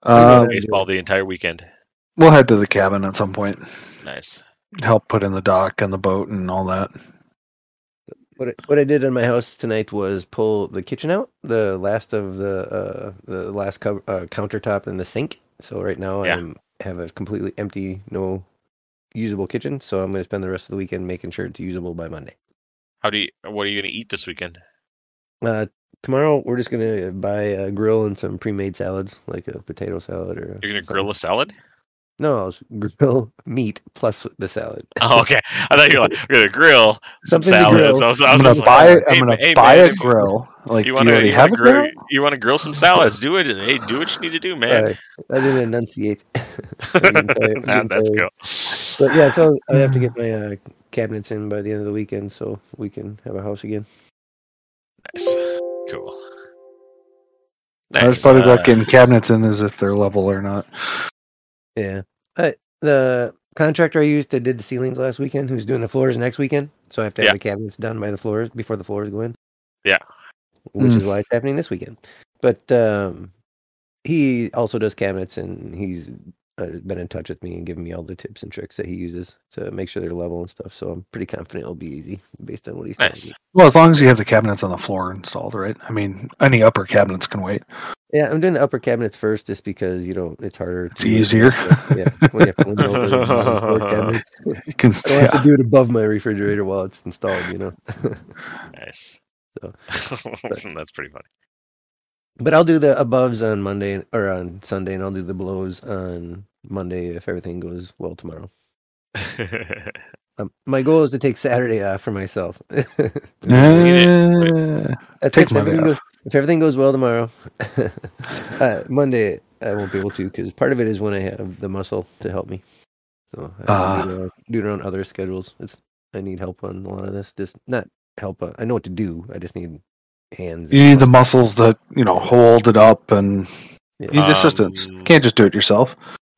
So you're
Uh,
doing baseball the entire weekend.
we'll head to the cabin at some point.
Nice.
Help put in the dock and the boat and all that.
What I, what I did in my house tonight was pull the kitchen out, the last of the uh, the last co- uh, countertop and the sink. So right now
Yeah.
I'm have a completely empty, no usable kitchen. So I'm going to spend the rest of the weekend making sure it's usable by Monday.
How do you? What are you going to eat this weekend?
Uh, tomorrow we're just going to buy a grill and some pre-made salads, like a potato salad or.
You're going to grill a salad?
No, it's grill meat plus the salad.
Oh, okay. I thought you were like, we're going to grill some
Something to
salads.
grill.
I was, I
I'm
was
gonna
just like,
buy. I'm
hey,
gonna
hey,
buy
man,
a
if
grill. Like,
You
do
want to
already
you
have
want
a
to grill?
grill?
You want to grill some salads? Do it. Hey, do what you need to do, man.
Sorry, I didn't enunciate. I'm getting tired- I'm
Nah,
getting
that's
tired.
cool.
But yeah, so I have to get my uh, cabinets in by the end of the weekend, so we can have a house again.
Nice. Cool.
That's
Nice,
probably
uh,
about getting cabinets in is if they're level or not.
Yeah, but the contractor I used that did the ceilings last weekend, who's doing the floors next weekend, so I have to have
Yeah.
the cabinets done by the floors before the floors go in.
Yeah.
which
Mm.
is why it's happening this weekend. But um, he also does cabinets, and he's uh, been in touch with me and given me all the tips and tricks that he uses to make sure they're level and stuff. So I'm pretty confident it'll be easy based on what he's telling
Nice.
me.
Well, as long as you have the cabinets on the floor installed, right? I mean, any upper cabinets can wait.
Yeah, I'm doing the upper cabinets first just because you know it's harder. uh,
It's easier.
Yeah, when you have to lean over the bottom floor cabinets.
You can
I don't have to do it above my refrigerator while it's installed, you know.
Nice.
So,
That's pretty funny.
But I'll do the aboves on Monday or on Sunday, and I'll do the blows on Monday if everything goes well tomorrow. Um, my goal is to take Saturday off for myself. That's
yeah.
it,
Eh, Take
if,
Monday
everything
off.
goes, if everything goes well tomorrow, uh, Monday I won't be able to because part of it is when I have the muscle to help me. So I
Ah.
do, it around, do it around other schedules. It's I need help on a lot of this. Just not help. uh, I know what to do. I just need hands.
You
and
need the
muscle.
muscles that you know hold it up, and
Yeah.
you need assistance.
Um,
You can't just do it yourself.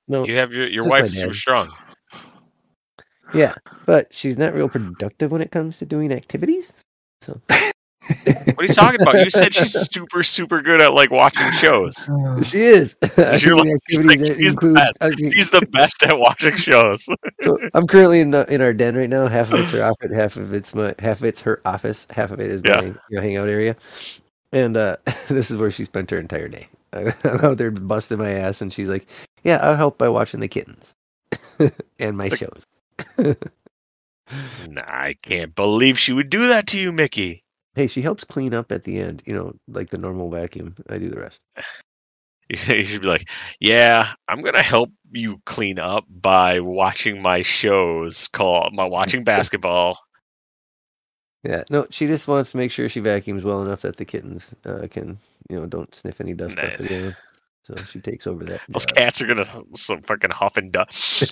No,
You have your your
Just my
wife is super
dad.
strong.
but she's not real productive when it comes to doing activities.
What are you talking about? You said she's super super good at like watching shows.
uh,
She is. I
You're
do
like-
the
she's
activities
like,
that
"She's the
include.
best.
I mean,
She's the best at watching shows.
so I'm currently in, the, in our den right now. Half of it's her outfit, half of it's my, half of it's her office, half of it is
Yeah.
my you know, hangout area, and uh, this is where she spent her entire day. I'm out there busting my ass, and she's like, "Yeah, I'll help by watching the kittens and my
Like-
shows."
Nah, I can't believe she would do that to you, Mickey.
Hey, she helps clean up at the end, you know, like the normal vacuum. I do the rest.
You should be like, yeah, I'm gonna help you clean up by watching my shows. Call my watching basketball.
Yeah, no, she just wants to make sure she vacuums well enough that the kittens uh, can, you know, don't sniff any dust off
Nice.
the ground. So she takes over that.
Those
job.
cats are gonna some fucking huff and duff,
shit,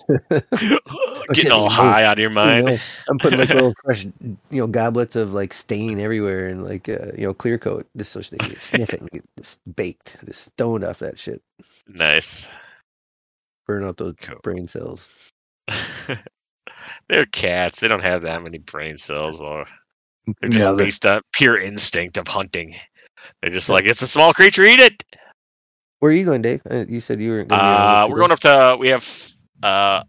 getting all
move.
high out of your
You
mind.
know, I'm putting like little fresh, you know, goblets of like stain everywhere and like uh, you know clear coat just so they can get sniffing, get this baked, this stoned off that shit.
Nice.
burn out those
Cool.
brain cells.
They're cats. They don't have that many brain cells, or they're just
Yeah, they-
based on pure instinct of hunting. They're just like it's a small creature, eat it.
Where are you going, Dave? Uh, You said you were. Gonna be on
Uh,
with
we're
people.
going up to we have uh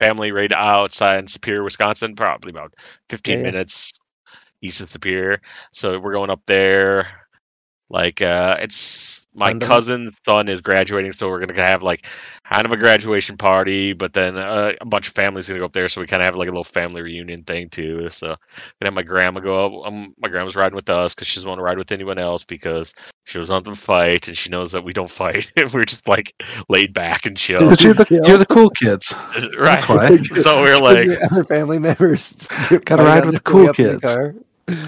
family raid outside in Superior, Wisconsin, probably about
Yeah,
15
yeah.
minutes east of Superior. So we're going up there. Like uh it's my
Kind of a-
cousin's son is graduating, so we're gonna have like kind of a graduation party, but then uh, a bunch of families gonna go up there, so we kind of have like a little family reunion thing too. So gonna have my grandma go up. Um, my grandma's riding with us because she doesn't want to ride with anyone else because she was on the fight and she knows that we don't fight. we're just like laid back and chill,
But you're the,
Yeah.
you're the cool kids.
right?
That's why.
So we're
Because
like,
your other family members.
Gotta ride with the cool kids.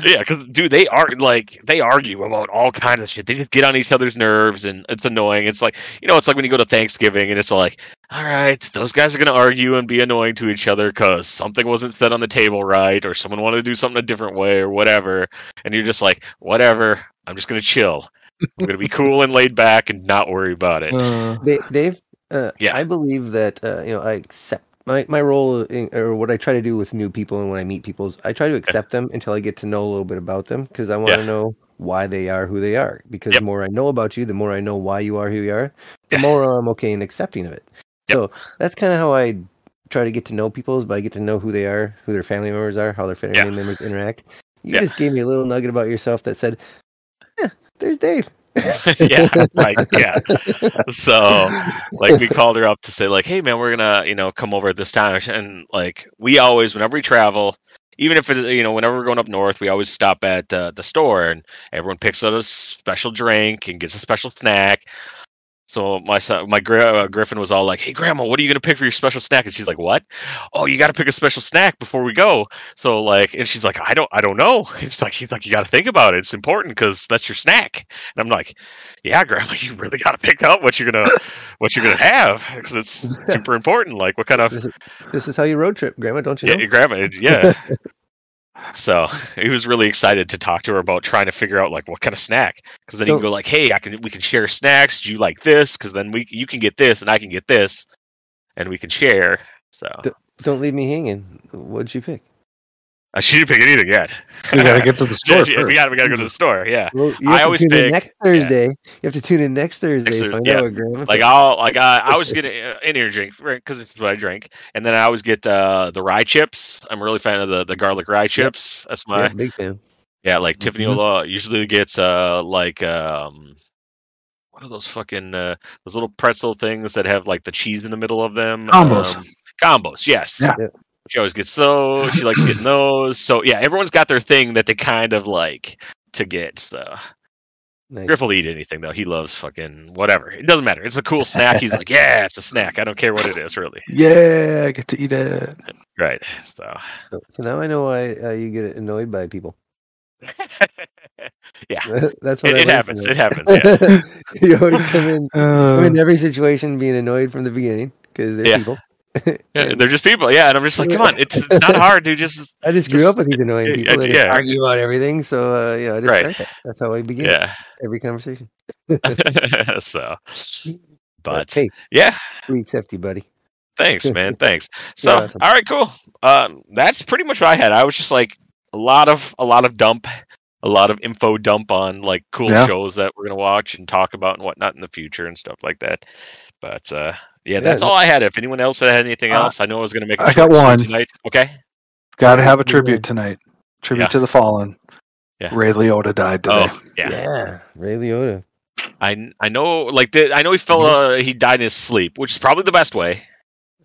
Yeah, because dude, they are like they argue about all kinds of shit. They just get on each other's nerves, and it's annoying. It's like you know, it's like when you go to Thanksgiving, and it's like, all right, those guys are gonna argue and be annoying to each other because something wasn't said on the table right, or someone wanted to do something a different way, or whatever. And you're just like, whatever. I'm just gonna chill. I'm gonna be cool and laid back and not worry about it.
Uh,
They, Dave, uh,
Yeah.
I believe that uh, you know I accept my my role in, or what I try to do with new people and when I meet people is I try to accept them until I get to know a little bit about them because I want to
Yeah.
know why they are who they are. Because
Yep.
the more I know about you, the more I know why you are who you are. The
Yeah.
more I'm okay in accepting of it.
Yep.
So that's kind of how I try to get to know people is by get to know who they are, who their family members are, how their family
Yeah.
members interact. You
Yeah.
just gave me a little nugget about yourself that said, "Yeah, there's Dave."
yeah, right. Yeah. So, like, we called her up to say, like, hey, man, we're gonna, you know, come over at this time. And like, we always, whenever we travel, even if it, you know, whenever we're going up north, we always stop at uh, the store and everyone picks out a special drink and gets a special snack. So my son, my gra- uh, Griffin was all like, "Hey, Grandma, what are you gonna pick for your special snack?" And she's like, "What? Oh, you gotta pick a special snack before we go." So like, and she's like, "I don't, I don't know." It's like she's like, "You gotta think about it. It's important because that's your snack." And I'm like, yeah, Grandma, you really got to pick out what you're gonna what you're gonna have because it's super important. Like what kind of
This is, this is how you road trip, Grandma, don't you
yeah,
know?
your grandma, yeah. so he was really excited to talk to her about trying to figure out like what kind of snack because then he can
So-
go like, hey, I can we can share snacks. Do you like this? Because then we you can get this and I can get this, and we can share. So
D- Don't leave me hanging. What'd you pick?
uh, she didn't pick anything yet.
we gotta get to the
Yeah,
store
she-
first.
we got we got to go to the store. Yeah.
Well, you
I
have to
always
tune in
pick-
next
yeah.
Thursday. You have to tune in next Thursday.
Next
to
Thurs-
find
yeah.
out what Grandma.
like
picked.
I'll like I, I always get an energy drink because this is what I drink, and then I always get uh, the rye chips. I'm a really fan of the, the garlic rye chips. That's my
yeah,
yeah.
big fan.
like Tiffany
Mhm.
will, uh, usually gets uh like um what are those fucking uh, those little pretzel things that have like the cheese in the middle of them
Combos.
Um, combos yes
Yeah.
Yeah.
she always gets those she likes getting those so yeah everyone's got their thing that they kind of like to get so.
Nice.
Griff will eat anything though. He loves fucking whatever. It doesn't matter. It's a cool snack. He's like, yeah, it's a snack. I don't care what it is, really.
Yeah, I get to eat it.
Right. So,
So so now I know why uh, you get annoyed by people.
yeah, it,
That's what I
it
learned
happens.
from
It happens. Yeah.
you always come in,
Uh,
come in every situation being annoyed from the beginning because they're
Yeah.
people.
Yeah, They're just people. Yeah, and I'm just like, come on, it's it's not hard, dude. Just
I just grew
Just-
up with these annoying
yeah,
people that just
yeah.
argue about everything. So uh, yeah, I just
Right.
start that. That's how I begin
yeah.
every conversation.
so,
But,
but
hey,
yeah,
we accept you, buddy.
thanks, man. Thanks. So,
awesome.
all right, cool. Um, that's pretty much what I had. I was just like a lot of a lot of dump, a lot of info dump on like cool
Yeah.
shows that we're gonna watch and talk about and whatnot in the future and stuff like that. But uh, yeah,
Yeah,
that's all I had. If anyone else had anything
Uh,
else, I know I was gonna make. a
I got
choice for
one.
tonight. Okay.
gotta have a
Yeah.
tribute tonight. Tribute
Yeah.
to the fallen.
Yeah.
Ray Liotta died today.
Oh yeah.
yeah. Ray Liotta.
I I know like the, I know he fell
Mm-hmm.
uh, he died in his sleep, which is probably the best way.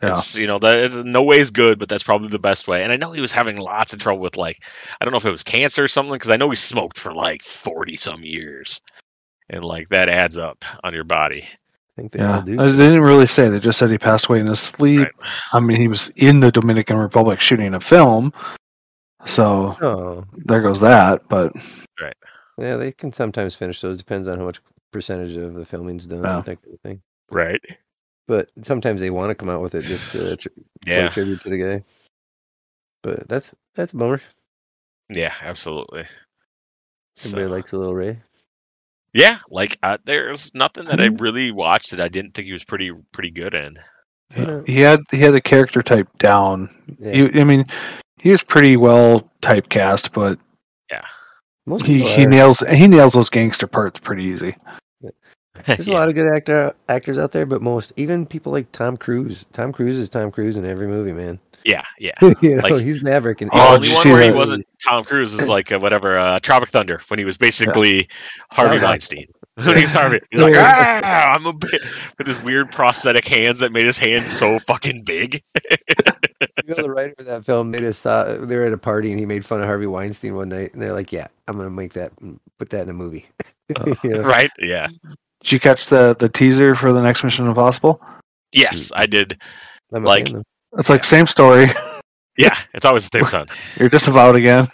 Yeah.
It's you know that is, no way is good, but that's probably the best way. And I know he was having lots of trouble with like I don't know if it was cancer or something because I know he smoked for like forty some years, and like that adds up on your body.
I think they
Yeah,
all do.
they didn't really say. They just said he passed away in his sleep.
Right.
I mean, he was in the Dominican Republic shooting a film, so
Oh,
there goes that. But
yeah, they can sometimes finish those. Depends on how much percentage of the filming's done,
Yeah.
that kind of thing.
Right.
But sometimes they want to come out with it just to tr- pay
Yeah.
tribute to the guy. But that's that's a bummer.
Yeah. Absolutely. So-
Everybody likes a little Ray.
yeah, like uh, there's nothing that I
Mhm.
Mm-hmm.
really watched that I didn't think he was pretty pretty good in.
He-
Yeah.
He had he had the character type down.
Yeah.
He, I mean, he was pretty well typecast, but
Most
he,
people
he
are.
nails he nails those gangster parts pretty easy.
There's a lot of good actor actors out there, but most even people like Tom Cruise. Tom Cruise is Tom Cruise in every movie, man.
yeah, yeah.
you know,
Like-
he's Maverick. And
The
Oh, did
only
you
one
see
where he
that-
wasn't Tom Cruise is like uh, whatever uh, Tropic Thunder when he was basically Harvey
That was-
Weinstein. When he was Harvey, he's like, ah, I'm a bit with his weird prosthetic hands that made his hands so fucking big.
You know, the writer of that film, they just saw they were at a party and he made fun of Harvey Weinstein one night, and they're like, "Yeah, I'm gonna make that, put that in a movie."
Oh.
You know?
Right? Yeah.
Did you catch the the teaser for the next Mission Impossible?
Yes, I did.
I'm a
Like-
fan, though.
It's like same story.
Yeah, it's always the same son.
You're disavowed again.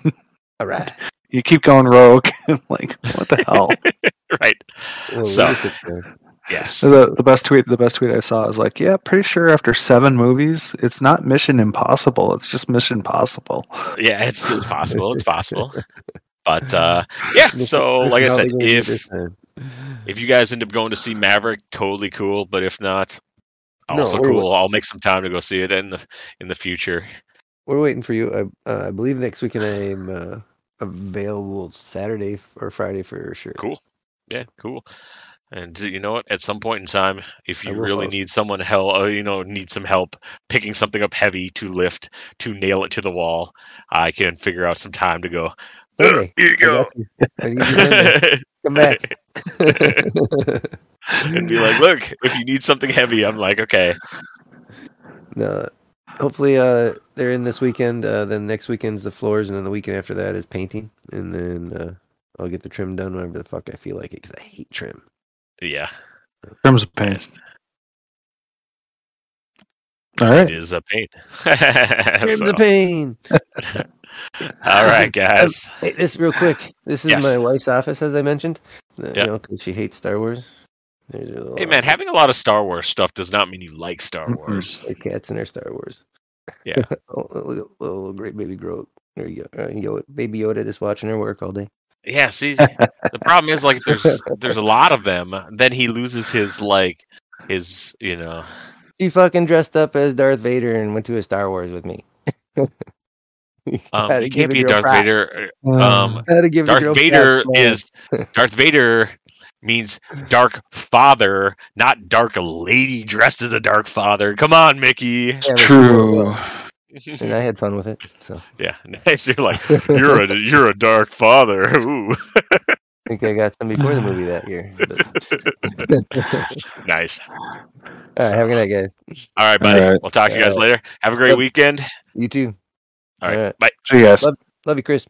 all right,
You keep going rogue. I'm like what the hell?
Right.
Well,
So-
leadership, man.
Yes.
So the, the best tweet the best tweet I saw is like, yeah, pretty sure after seven movies, it's not Mission Impossible, it's just Mission Possible.
Yeah, it's, it's possible. It's possible. But uh, yeah, so like I
How they
said,
gonna do
if
this time?
if you guys end up going to see Maverick, totally cool. But if not,
No,
also
we're-
cool. I'll make some time to go see it in the in the future.
we're waiting for you, I, uh, I believe next weekend I'm uh, available Saturday f- or Friday for sure.
Cool. Yeah, cool. And uh, you know what? At some point in time, if
I
you
will
really
post.
need someone help, you know, need some help picking something up heavy to lift to nail it to the wall, I can figure out some time to go.
Sunday,
Here you
I
go.
got you. I need you Sunday. Come back.
and be like, look, if you need something heavy, I'm like, okay,
no, hopefully uh, they're in this weekend. Uh, then next weekend's the floors, and then the weekend after that is painting, and then uh, I'll get the trim done whenever the fuck I feel like it because I hate trim.
yeah,
Terms of pain.
yes,
All
it
right.
is a pain.
Trim
So,
the pain.
all right, guys.
Hey, this real quick. This is
Yes.
my wife's office, as I mentioned. Uh,
Yeah.
You know, because she hates Star Wars. There's her little
Hey, man,
office.
having a lot of Star Wars stuff does not mean you like Star
Mhm.
Wars.
Like cats in her Star Wars.
Yeah.
oh, look, little, little great baby Groot. There you go. Uh, Yo- baby Yoda just watching her work all day.
Yeah, see, the problem is like if there's there's a lot of them, then he loses his like his you know
She fucking dressed up as Darth Vader and went to a Star Wars with me. You
um,
gotta
he
give
can't
the
be a
girl
Darth
props.
Vader. uh,
Um,
Gotta give the girl
Darth
props,
Vader
man.
is Darth Vader means dark father, not dark lady dressed as a dark father. Come on, Mickey.
Yeah, but she wore it
true.
well, And I had fun with it. So I
yeah, nice. You're like you're a you're a dark father. Ooh,
think I got some before the movie that year. But...
nice.
all right, have a good night, guys.
All right, buddy.
All right.
We'll talk to you guys
Uh,
later. Have a great
yep.
weekend.
You too.
All right.
All right.
Bye.
So yes.
Love you, Chris.